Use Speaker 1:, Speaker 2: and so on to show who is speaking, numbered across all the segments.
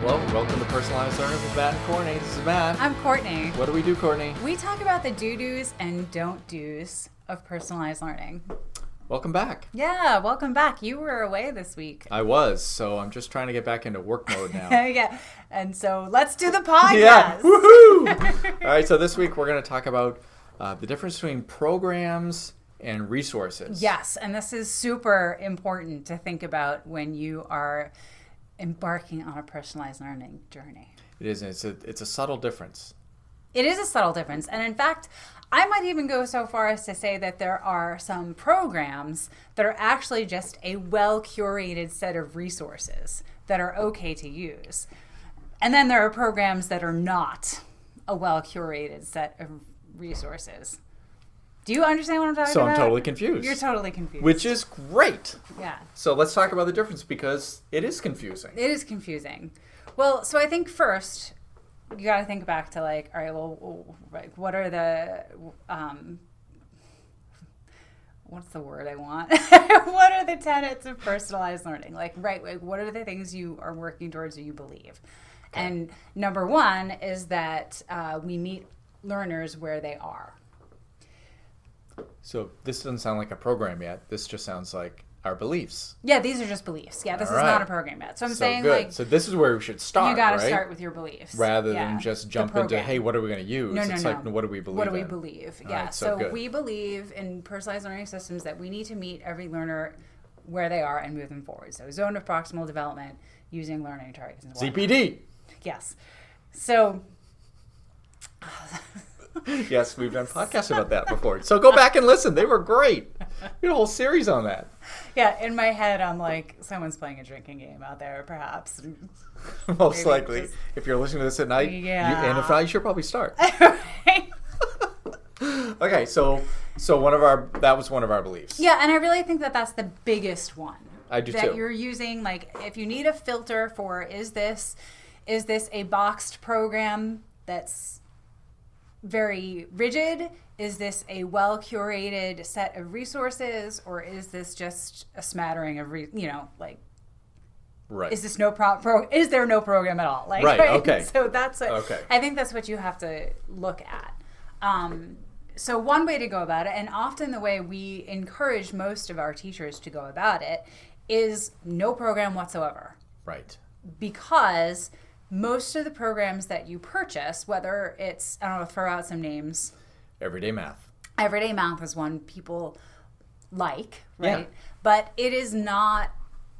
Speaker 1: Hello, welcome to Personalized Learning with Matt and Courtney. This is Matt.
Speaker 2: I'm Courtney.
Speaker 1: What do we do, Courtney?
Speaker 2: We talk about the do do's and don't do's of personalized learning.
Speaker 1: Welcome back.
Speaker 2: Yeah, welcome back. You were away this week.
Speaker 1: I was, so I'm just trying to get back into work mode now.
Speaker 2: yeah. And so let's do the podcast.
Speaker 1: yeah. Woohoo! All right, so this week we're going to talk about uh, the difference between programs and resources.
Speaker 2: Yes, and this is super important to think about when you are embarking on a personalized learning journey.
Speaker 1: It is. It's a, it's a subtle difference.
Speaker 2: It is a subtle difference. And in fact, I might even go so far as to say that there are some programs that are actually just a well curated set of resources that are okay to use. And then there are programs that are not a well curated set of resources. Do you understand what I'm talking
Speaker 1: So
Speaker 2: about?
Speaker 1: I'm totally confused.
Speaker 2: You're totally confused.
Speaker 1: Which is great.
Speaker 2: yeah.
Speaker 1: So let's talk about the difference because it is confusing.
Speaker 2: It is confusing. Well, so I think first you got to think back to like, all right, well, like, what are the, um, what's the word I want? what are the tenets of personalized learning? Like, right, like, what are the things you are working towards or you believe? And number one is that uh, we meet learners where they are.
Speaker 1: So this doesn't sound like a program yet. This just sounds like our beliefs.
Speaker 2: Yeah, these are just beliefs. Yeah, this
Speaker 1: All
Speaker 2: is not
Speaker 1: right.
Speaker 2: a program yet. So I'm
Speaker 1: so
Speaker 2: saying,
Speaker 1: good.
Speaker 2: like,
Speaker 1: so this is where we should start.
Speaker 2: you got to
Speaker 1: right?
Speaker 2: start with your beliefs
Speaker 1: rather
Speaker 2: Yeah.
Speaker 1: than just
Speaker 2: The
Speaker 1: jump into
Speaker 2: program.
Speaker 1: hey what are we going to use
Speaker 2: No, no,
Speaker 1: it's
Speaker 2: no.
Speaker 1: like what do we believe
Speaker 2: What do we
Speaker 1: in?
Speaker 2: believe?
Speaker 1: All
Speaker 2: yeah.
Speaker 1: right, so
Speaker 2: so
Speaker 1: good.
Speaker 2: we believe in personalized learning systems that we need to meet every learner where they are and move them forward. So zone of proximal development using learning targets. And whatnot.
Speaker 1: cpd
Speaker 2: Yes. So
Speaker 1: yes we've done podcasts about that before so go back and listen they were great we had a whole series on that
Speaker 2: yeah, in my head, I'm like, someone's playing a drinking game out there, perhaps.
Speaker 1: most
Speaker 2: Maybe
Speaker 1: likely
Speaker 2: just-
Speaker 1: if you're listening to this at night you, and if
Speaker 2: Yeah.
Speaker 1: not you should probably start okay so so one of our that was one of our beliefs
Speaker 2: Yeah, and I really think that that's the biggest one.
Speaker 1: I do
Speaker 2: that
Speaker 1: too.
Speaker 2: you're using like if you need a filter for is this is this a boxed program that's very rigid? Is this a well curated set of resources or is this just a smattering of re- you know like
Speaker 1: right
Speaker 2: is this no pro-, pro is there no program at all like
Speaker 1: Right, okay.
Speaker 2: so that's what,
Speaker 1: Okay.
Speaker 2: i think that's what you have to look at um, so one way to go about it and often the way we encourage most of our teachers to go about it is no program whatsoever
Speaker 1: right
Speaker 2: because most of the programs that you purchase whether it's i don't know throw out some names
Speaker 1: everyday math
Speaker 2: everyday math is one people like
Speaker 1: Yeah.
Speaker 2: right but it is not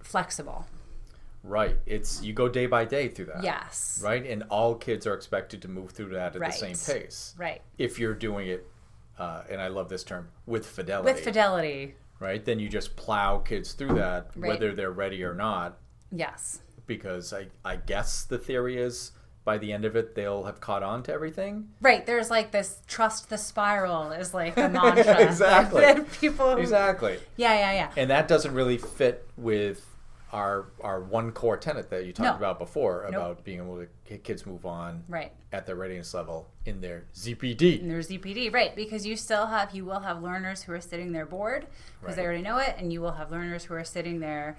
Speaker 2: flexible
Speaker 1: right it's you go day by day through that
Speaker 2: yes
Speaker 1: right and all kids are expected to move through that at
Speaker 2: Right.
Speaker 1: the same pace
Speaker 2: right
Speaker 1: if you're doing it uh, and i love this term with fidelity
Speaker 2: with fidelity
Speaker 1: right? Then you just plow kids through that,
Speaker 2: Right.
Speaker 1: whether they're ready or not,
Speaker 2: yes
Speaker 1: because I, I guess the theory is by the end of it, they'll have caught on to everything.
Speaker 2: right there's like this trust the spiral is like the mantra
Speaker 1: Exactly.
Speaker 2: that people who-
Speaker 1: Exactly.
Speaker 2: yeah yeah yeah
Speaker 1: And that doesn't really fit with our our one core tenet that you talked
Speaker 2: No.
Speaker 1: about before
Speaker 2: Nope.
Speaker 1: about being able to get kids move on
Speaker 2: right
Speaker 1: at their readiness level in their ZPD.
Speaker 2: and there's EPD, right? Because you still have, you will have learners who are sitting there bored because they
Speaker 1: Right.
Speaker 2: already know it, and you will have learners who are sitting there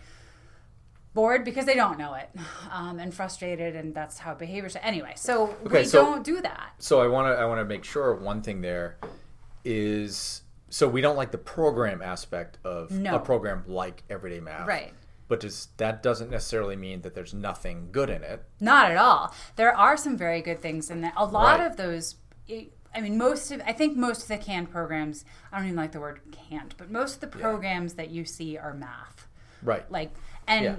Speaker 2: bored because they don't know it um, and frustrated, and that's how behaviors. Anyway, so
Speaker 1: Okay,
Speaker 2: we
Speaker 1: so-
Speaker 2: don't do that.
Speaker 1: So I want to I want to make sure one thing there is so we don't like the program aspect of
Speaker 2: No.
Speaker 1: a program like Everyday Math.
Speaker 2: Right.
Speaker 1: But does that doesn't necessarily mean that there's nothing good in it.
Speaker 2: Not at all. There are some very good things in there. A lot
Speaker 1: Right.
Speaker 2: of those, I mean, most of, I think most of the canned programs, I don't even like the word canned, but most of the programs that you see are math.
Speaker 1: Right.
Speaker 2: Like, and
Speaker 1: Yeah.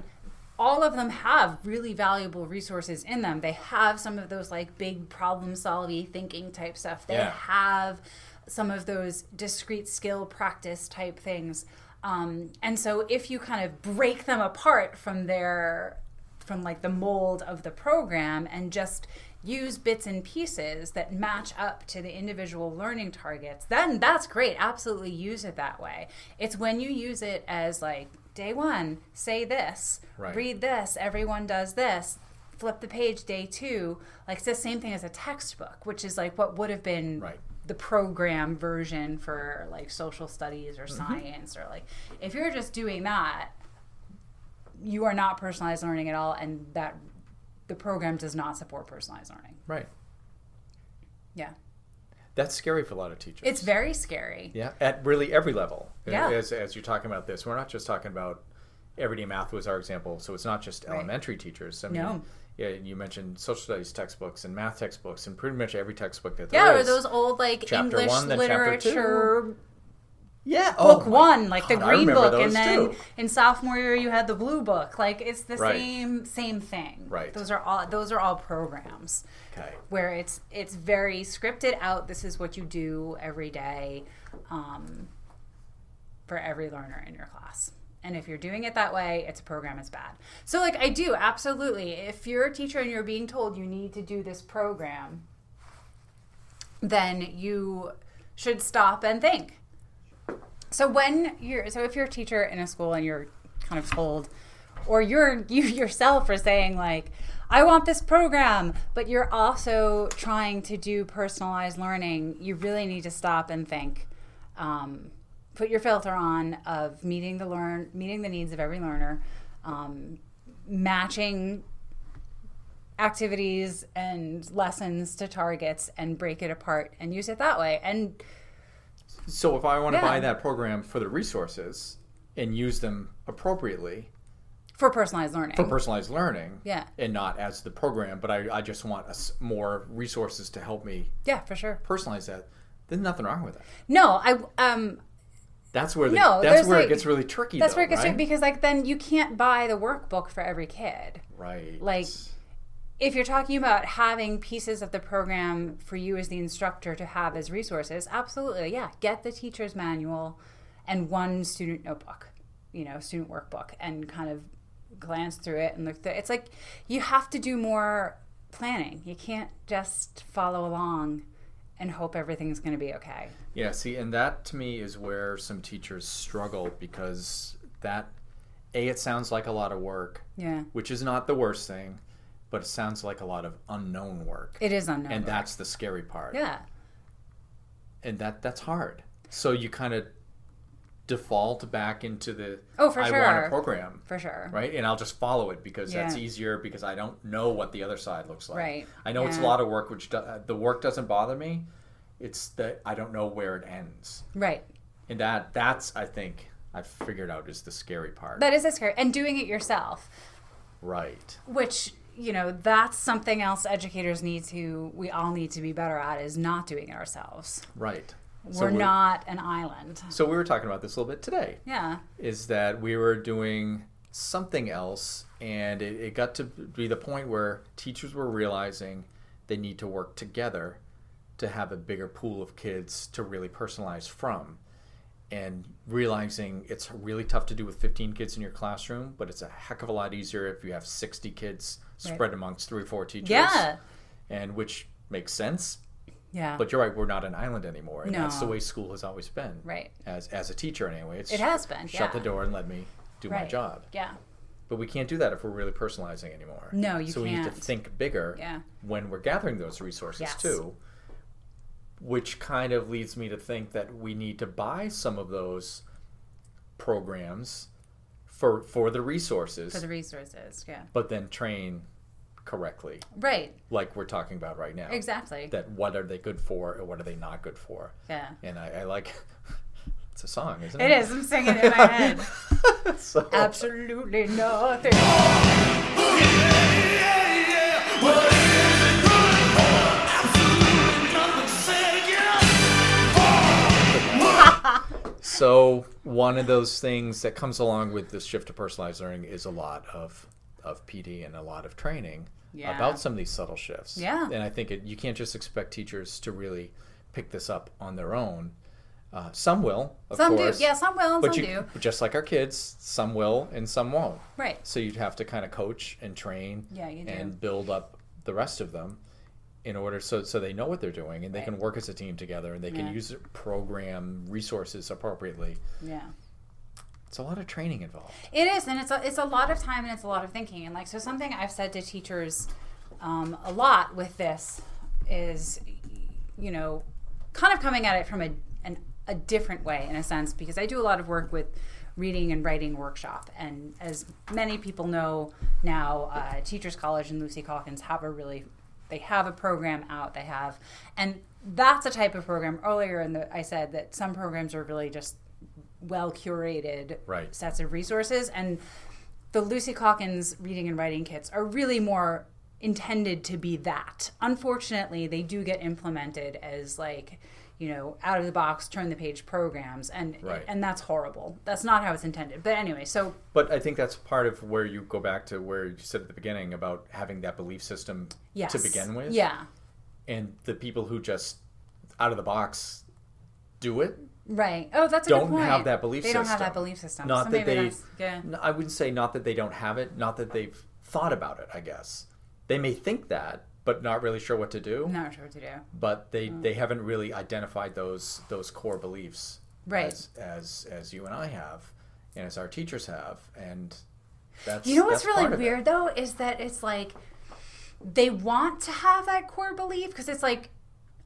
Speaker 2: all of them have really valuable resources in them. They have some of those like big problem solving thinking type stuff. They
Speaker 1: Yeah.
Speaker 2: have some of those discrete skill practice type things. Um, and so if you kind of break them apart from their from like the mold of the program and just use bits and pieces that match up to the individual learning targets, then that's great. Absolutely use it that way. It's when you use it as like day one, say this,
Speaker 1: Right.
Speaker 2: read this, everyone does this. Flip the page day two. Like it's the same thing as a textbook, which is like what would have been
Speaker 1: Right.
Speaker 2: the program version for like social studies
Speaker 1: Mm-hmm.
Speaker 2: or science or like if you're just doing that, you are not personalized learning at all, and that the program does not support personalized learning.
Speaker 1: Right.
Speaker 2: Yeah.
Speaker 1: That's scary for a lot of teachers.
Speaker 2: It's very scary.
Speaker 1: Yeah, at really every level.
Speaker 2: Yeah.
Speaker 1: As, as you're talking about this, we're not just talking about everyday math was our example, so it's not just
Speaker 2: Right.
Speaker 1: elementary teachers. I mean,
Speaker 2: No.
Speaker 1: yeah, you mentioned social studies textbooks and math textbooks and pretty much every textbook that there
Speaker 2: Yeah,
Speaker 1: is.
Speaker 2: or those old like
Speaker 1: Chapter
Speaker 2: English
Speaker 1: one, then chapter two.
Speaker 2: literature
Speaker 1: yeah,
Speaker 2: book
Speaker 1: oh my
Speaker 2: one, like the
Speaker 1: God, I
Speaker 2: green
Speaker 1: remember
Speaker 2: book, and
Speaker 1: those
Speaker 2: then
Speaker 1: too.
Speaker 2: in sophomore year you had the blue book. Like it's the
Speaker 1: Right.
Speaker 2: same same thing.
Speaker 1: Right.
Speaker 2: Those are all those are all programs.
Speaker 1: Okay.
Speaker 2: where it's it's very scripted out. This is what you do every day um, for every learner in your class. And if you're doing it that way, it's a program is bad. So like I do absolutely. If you're a teacher and you're being told you need to do this program, then you should stop and think. So when you're so if you're a teacher in a school and you're kind of told or you're you yourself are saying like I want this program, but you're also trying to do personalized learning, you really need to stop and think. Um, put your filter on of meeting the learn meeting the needs of every learner, um, matching activities and lessons to targets and break it apart and use it that way. And
Speaker 1: So if I want to
Speaker 2: Yeah.
Speaker 1: buy that program for the resources and use them appropriately
Speaker 2: for personalized learning.
Speaker 1: for personalized learning,
Speaker 2: Yeah.
Speaker 1: and not as the program, but I, I just want us more resources to help me
Speaker 2: yeah, for sure.
Speaker 1: personalize that. There's nothing wrong with that.
Speaker 2: No, I um
Speaker 1: That's where the,
Speaker 2: No,
Speaker 1: that's
Speaker 2: there's
Speaker 1: where
Speaker 2: like-
Speaker 1: it gets really tricky.
Speaker 2: that's
Speaker 1: though,
Speaker 2: where it gets
Speaker 1: right?
Speaker 2: to because like then you can't buy the workbook for every kid.
Speaker 1: Right.
Speaker 2: Like, If you're talking about having pieces of the program for you as the instructor to have as resources, absolutely, yeah, get the teacher's manual and one student notebook, you know, student workbook and kind of glance through it and look through it's like you have to do more planning. You can't just follow along and hope everything's going to be okay.
Speaker 1: Yeah, see, and that to me is where some teachers struggle because that, A, it sounds like a lot of work,
Speaker 2: Yeah.
Speaker 1: which is not the worst thing, but it sounds like a lot of unknown work.
Speaker 2: It is unknown.
Speaker 1: and that's the scary part.
Speaker 2: yeah.
Speaker 1: And that that's hard. So you kind of default back into the
Speaker 2: Oh, for
Speaker 1: I want
Speaker 2: sure.
Speaker 1: a program,
Speaker 2: For sure.
Speaker 1: right? And I'll just follow it because that's
Speaker 2: Yeah.
Speaker 1: easier because I don't know what the other side looks like.
Speaker 2: Right.
Speaker 1: I know it's a
Speaker 2: Yeah.
Speaker 1: lot of work, which do, uh, the work doesn't bother me. It's that I don't know where it ends.
Speaker 2: Right.
Speaker 1: And that that's I think I've figured out is the scary part.
Speaker 2: That is a scary. And doing it yourself,
Speaker 1: right.
Speaker 2: which, you know, that's something else educators need to, we all need to be better at is not doing it ourselves.
Speaker 1: Right.
Speaker 2: we're not an island.
Speaker 1: So we were talking about this a little bit today.
Speaker 2: Yeah.
Speaker 1: Is that we were doing something else and it, it got to be the point where teachers were realizing they need to work together to have a bigger pool of kids to really personalize from and realizing it's really tough to do with 15 kids in your classroom but it's a heck of a lot easier if you have 60 kids
Speaker 2: Right.
Speaker 1: spread amongst three or four teachers
Speaker 2: Yeah.
Speaker 1: and which makes sense.
Speaker 2: Yeah.
Speaker 1: But you're right, we're not an island anymore, and that's the
Speaker 2: No.
Speaker 1: way school has always been.
Speaker 2: Right.
Speaker 1: As as a teacher, anyway, it's
Speaker 2: It has been,
Speaker 1: Shut the
Speaker 2: yeah.
Speaker 1: door and let me do my
Speaker 2: Right.
Speaker 1: job.
Speaker 2: yeah.
Speaker 1: But we can't do that if we're really personalizing anymore.
Speaker 2: No, you
Speaker 1: so we need to
Speaker 2: can't.
Speaker 1: think bigger
Speaker 2: Yeah.
Speaker 1: when we're gathering those resources
Speaker 2: Yes.
Speaker 1: too. Which kind of leads me to think that we need to buy some of those programs for for the resources,
Speaker 2: For the resources. Yeah.
Speaker 1: but then train correctly,
Speaker 2: Right.
Speaker 1: like we're talking about right now
Speaker 2: Exactly.
Speaker 1: that what are they good for and what are they not good for.
Speaker 2: Yeah.
Speaker 1: And I, I like it's a song, isn't
Speaker 2: It
Speaker 1: it?
Speaker 2: is. I'm singing it in my head.
Speaker 1: is. So,
Speaker 2: Absolutely nothing.
Speaker 1: so one of those things that comes along with this shift to personalized learning is a lot of of PD and a lot of training
Speaker 2: Yeah.
Speaker 1: about some of these subtle shifts.
Speaker 2: Yeah.
Speaker 1: And I think it, you can't just expect teachers to really pick this up on their own. Uh, some will, of
Speaker 2: Some
Speaker 1: course.
Speaker 2: do. Yeah, some will and
Speaker 1: but
Speaker 2: some
Speaker 1: you,
Speaker 2: do.
Speaker 1: just like our kids, some will and some won't.
Speaker 2: Right.
Speaker 1: So you'd have to kind of coach and train
Speaker 2: Yeah, you do.
Speaker 1: and build up the rest of them. in order so so they know what they're doing and they can
Speaker 2: Right.
Speaker 1: work as a team together and they can
Speaker 2: Yeah.
Speaker 1: use program resources appropriately.
Speaker 2: Yeah.
Speaker 1: It's a lot of training involved.
Speaker 2: It is, and it's a, it's a lot of time and it's a lot of thinking. And like, so something I've said to teachers um, a lot with this is, you know, kind of coming at it from a an, a different way in a sense because I do a lot of work with reading and writing workshop, and as many people know now, uh, Teachers College and Lucy Calkins have a really they have a program out they have and that's a type of program earlier in the i said that some programs are really just well curated
Speaker 1: Right.
Speaker 2: sets of resources and the lucy calkins reading and writing kits are really more intended to be that unfortunately they do get implemented as like you know out of the box turn the page programs and
Speaker 1: Right.
Speaker 2: and that's horrible that's not how it's intended but anyway so
Speaker 1: But I think that's part of where you go back to where you said at the beginning about having that belief system
Speaker 2: yes
Speaker 1: to begin with.
Speaker 2: yeah
Speaker 1: And the people who just out of the box do it.
Speaker 2: right oh that's a
Speaker 1: Don't
Speaker 2: good point
Speaker 1: have that belief
Speaker 2: they don't have
Speaker 1: system.
Speaker 2: that belief system
Speaker 1: Not
Speaker 2: so
Speaker 1: that
Speaker 2: maybe
Speaker 1: they-
Speaker 2: that's, yeah.
Speaker 1: N- I wouldn't say not that they don't have it, not that they've thought about it, I guess. They may think that, but not really sure what to do.
Speaker 2: I'm not sure what to do.
Speaker 1: But they,
Speaker 2: Mm.
Speaker 1: they haven't really identified those those core beliefs
Speaker 2: Right.
Speaker 1: as, as as you and I have and as our teachers have. And that's
Speaker 2: You know what's
Speaker 1: that's
Speaker 2: really
Speaker 1: part of it.
Speaker 2: weird though is that it's like they want to have that core belief because it's like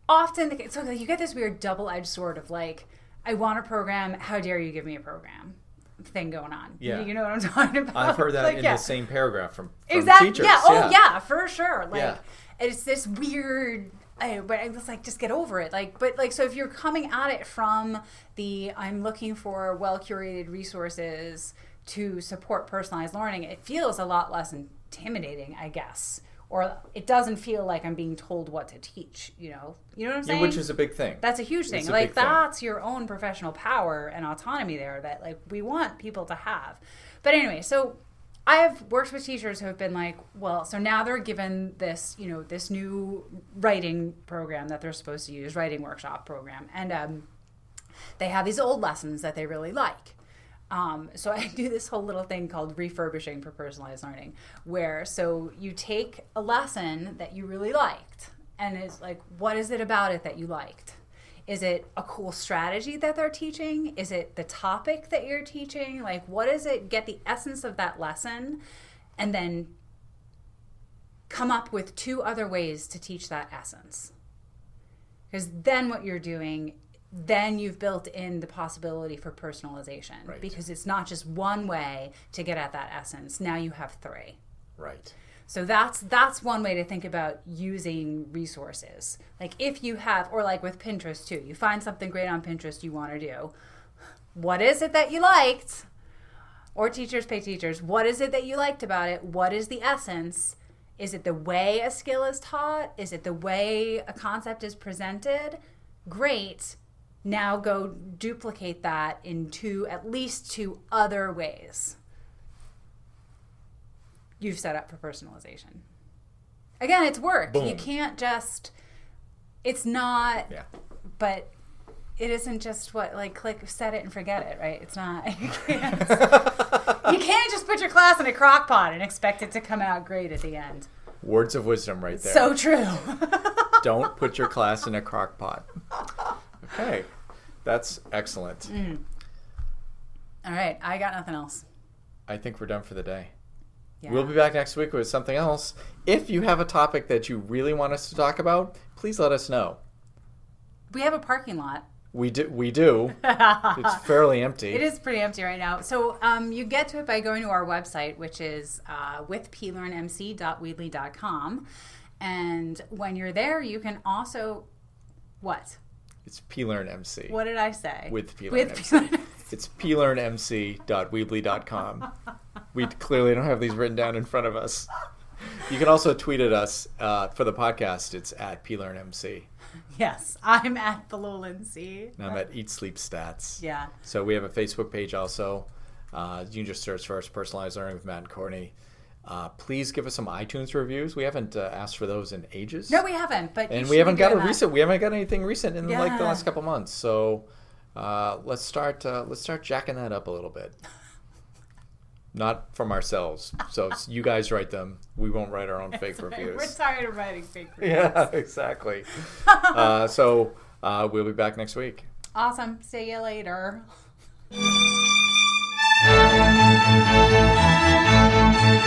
Speaker 2: often the, so you get this weird double edged sword of like I want a program, how dare you give me a program thing going on.
Speaker 1: Yeah.
Speaker 2: you know what I'm talking about.
Speaker 1: I've heard that
Speaker 2: Like,
Speaker 1: in
Speaker 2: yeah.
Speaker 1: the same paragraph from, from
Speaker 2: exactly.
Speaker 1: teachers.
Speaker 2: Yeah. Oh yeah, for sure. Like
Speaker 1: Yeah.
Speaker 2: it's this weird. I, but I was like, just get over it. Like, but like, so if you're coming at it from the I'm looking for well curated resources to support personalized learning, it feels a lot less intimidating, I guess, or it doesn't feel like I'm being told what to teach. You know, you know what I'm
Speaker 1: Yeah,
Speaker 2: saying?
Speaker 1: which is a big thing.
Speaker 2: That's a huge thing.
Speaker 1: It's a
Speaker 2: like
Speaker 1: big thing.
Speaker 2: that's your own professional power and autonomy there that like we want people to have. But anyway, so I have worked with teachers who have been like, well, so now they're given this, you know, this new writing program that they're supposed to use, writing workshop program, and um, they have these old lessons that they really like. Um, so I do this whole little thing called refurbishing for personalized learning, where so you take a lesson that you really liked, and it's like, what is it about it that you liked? Is it a cool strategy that they're teaching? Is it the topic that you're teaching? Like, what is it? Get the essence of that lesson, and then come up with two other ways to teach that essence. Because then what you're doing, then you've built in the possibility for personalization.
Speaker 1: Right.
Speaker 2: Because it's not just one way to get at that essence. Now you have three.
Speaker 1: right.
Speaker 2: So that's that's one way to think about using resources. Like if you have or like with Pinterest too, you find something great on Pinterest you want to do. What is it that you liked? Or teachers pay teachers, what is it that you liked about it? What is the essence? Is it the way a skill is taught? Is it the way a concept is presented? Great. Now go duplicate that in two at least two other ways you've set up for personalization. Again, it's work. You
Speaker 1: Boom.
Speaker 2: can't just. It's not,
Speaker 1: Yeah.
Speaker 2: but it isn't just what like click set it and forget it, right? It's not. You can't, you can't just put your class in a crock pot and expect it to come out great at the end.
Speaker 1: Words of wisdom right there.
Speaker 2: So true.
Speaker 1: Don't put your class in a crock pot. Okay. That's excellent.
Speaker 2: Mm. All right, I got nothing else.
Speaker 1: I think we're done for the day.
Speaker 2: Yeah.
Speaker 1: We'll be back next week with something else. If you have a topic that you really want us to talk about, please let us know.
Speaker 2: we have a parking lot.
Speaker 1: We do. We do. it's fairly empty.
Speaker 2: It is pretty empty right now. So um, you get to it by going to our website, which is uh, withplearnmc.weebly.com. And when you're there, you can also what?
Speaker 1: It's plearnmc.
Speaker 2: What did I say?
Speaker 1: With PLearn
Speaker 2: With
Speaker 1: MC.
Speaker 2: PLearn.
Speaker 1: It's plearnmc.weebly.com. we clearly don't have these written down in front of us. You can also tweet at us uh, for the podcast. It's at plearnmc.
Speaker 2: yes, I'm at the Lindsay.
Speaker 1: And I'm at Eat Sleep Stats.
Speaker 2: Yeah.
Speaker 1: So we have a Facebook page also. Uh, you can just search for us, Personalized Learning with Matt and Courtney. Uh, please give us some iTunes reviews. We haven't uh, asked for those in ages.
Speaker 2: No, we haven't. But you
Speaker 1: and
Speaker 2: should
Speaker 1: we
Speaker 2: be
Speaker 1: haven't got a
Speaker 2: doing that.
Speaker 1: recent. We haven't got anything recent in like the
Speaker 2: Yeah.
Speaker 1: last couple months. So uh, let's start. Uh, let's start jacking that up a little bit. not from ourselves. So it's- you guys write them. We won't write our own fake
Speaker 2: We're
Speaker 1: reviews.
Speaker 2: tired of writing fake reviews.
Speaker 1: Yeah, exactly. uh, so uh, we'll be back next week.
Speaker 2: Awesome. See you later.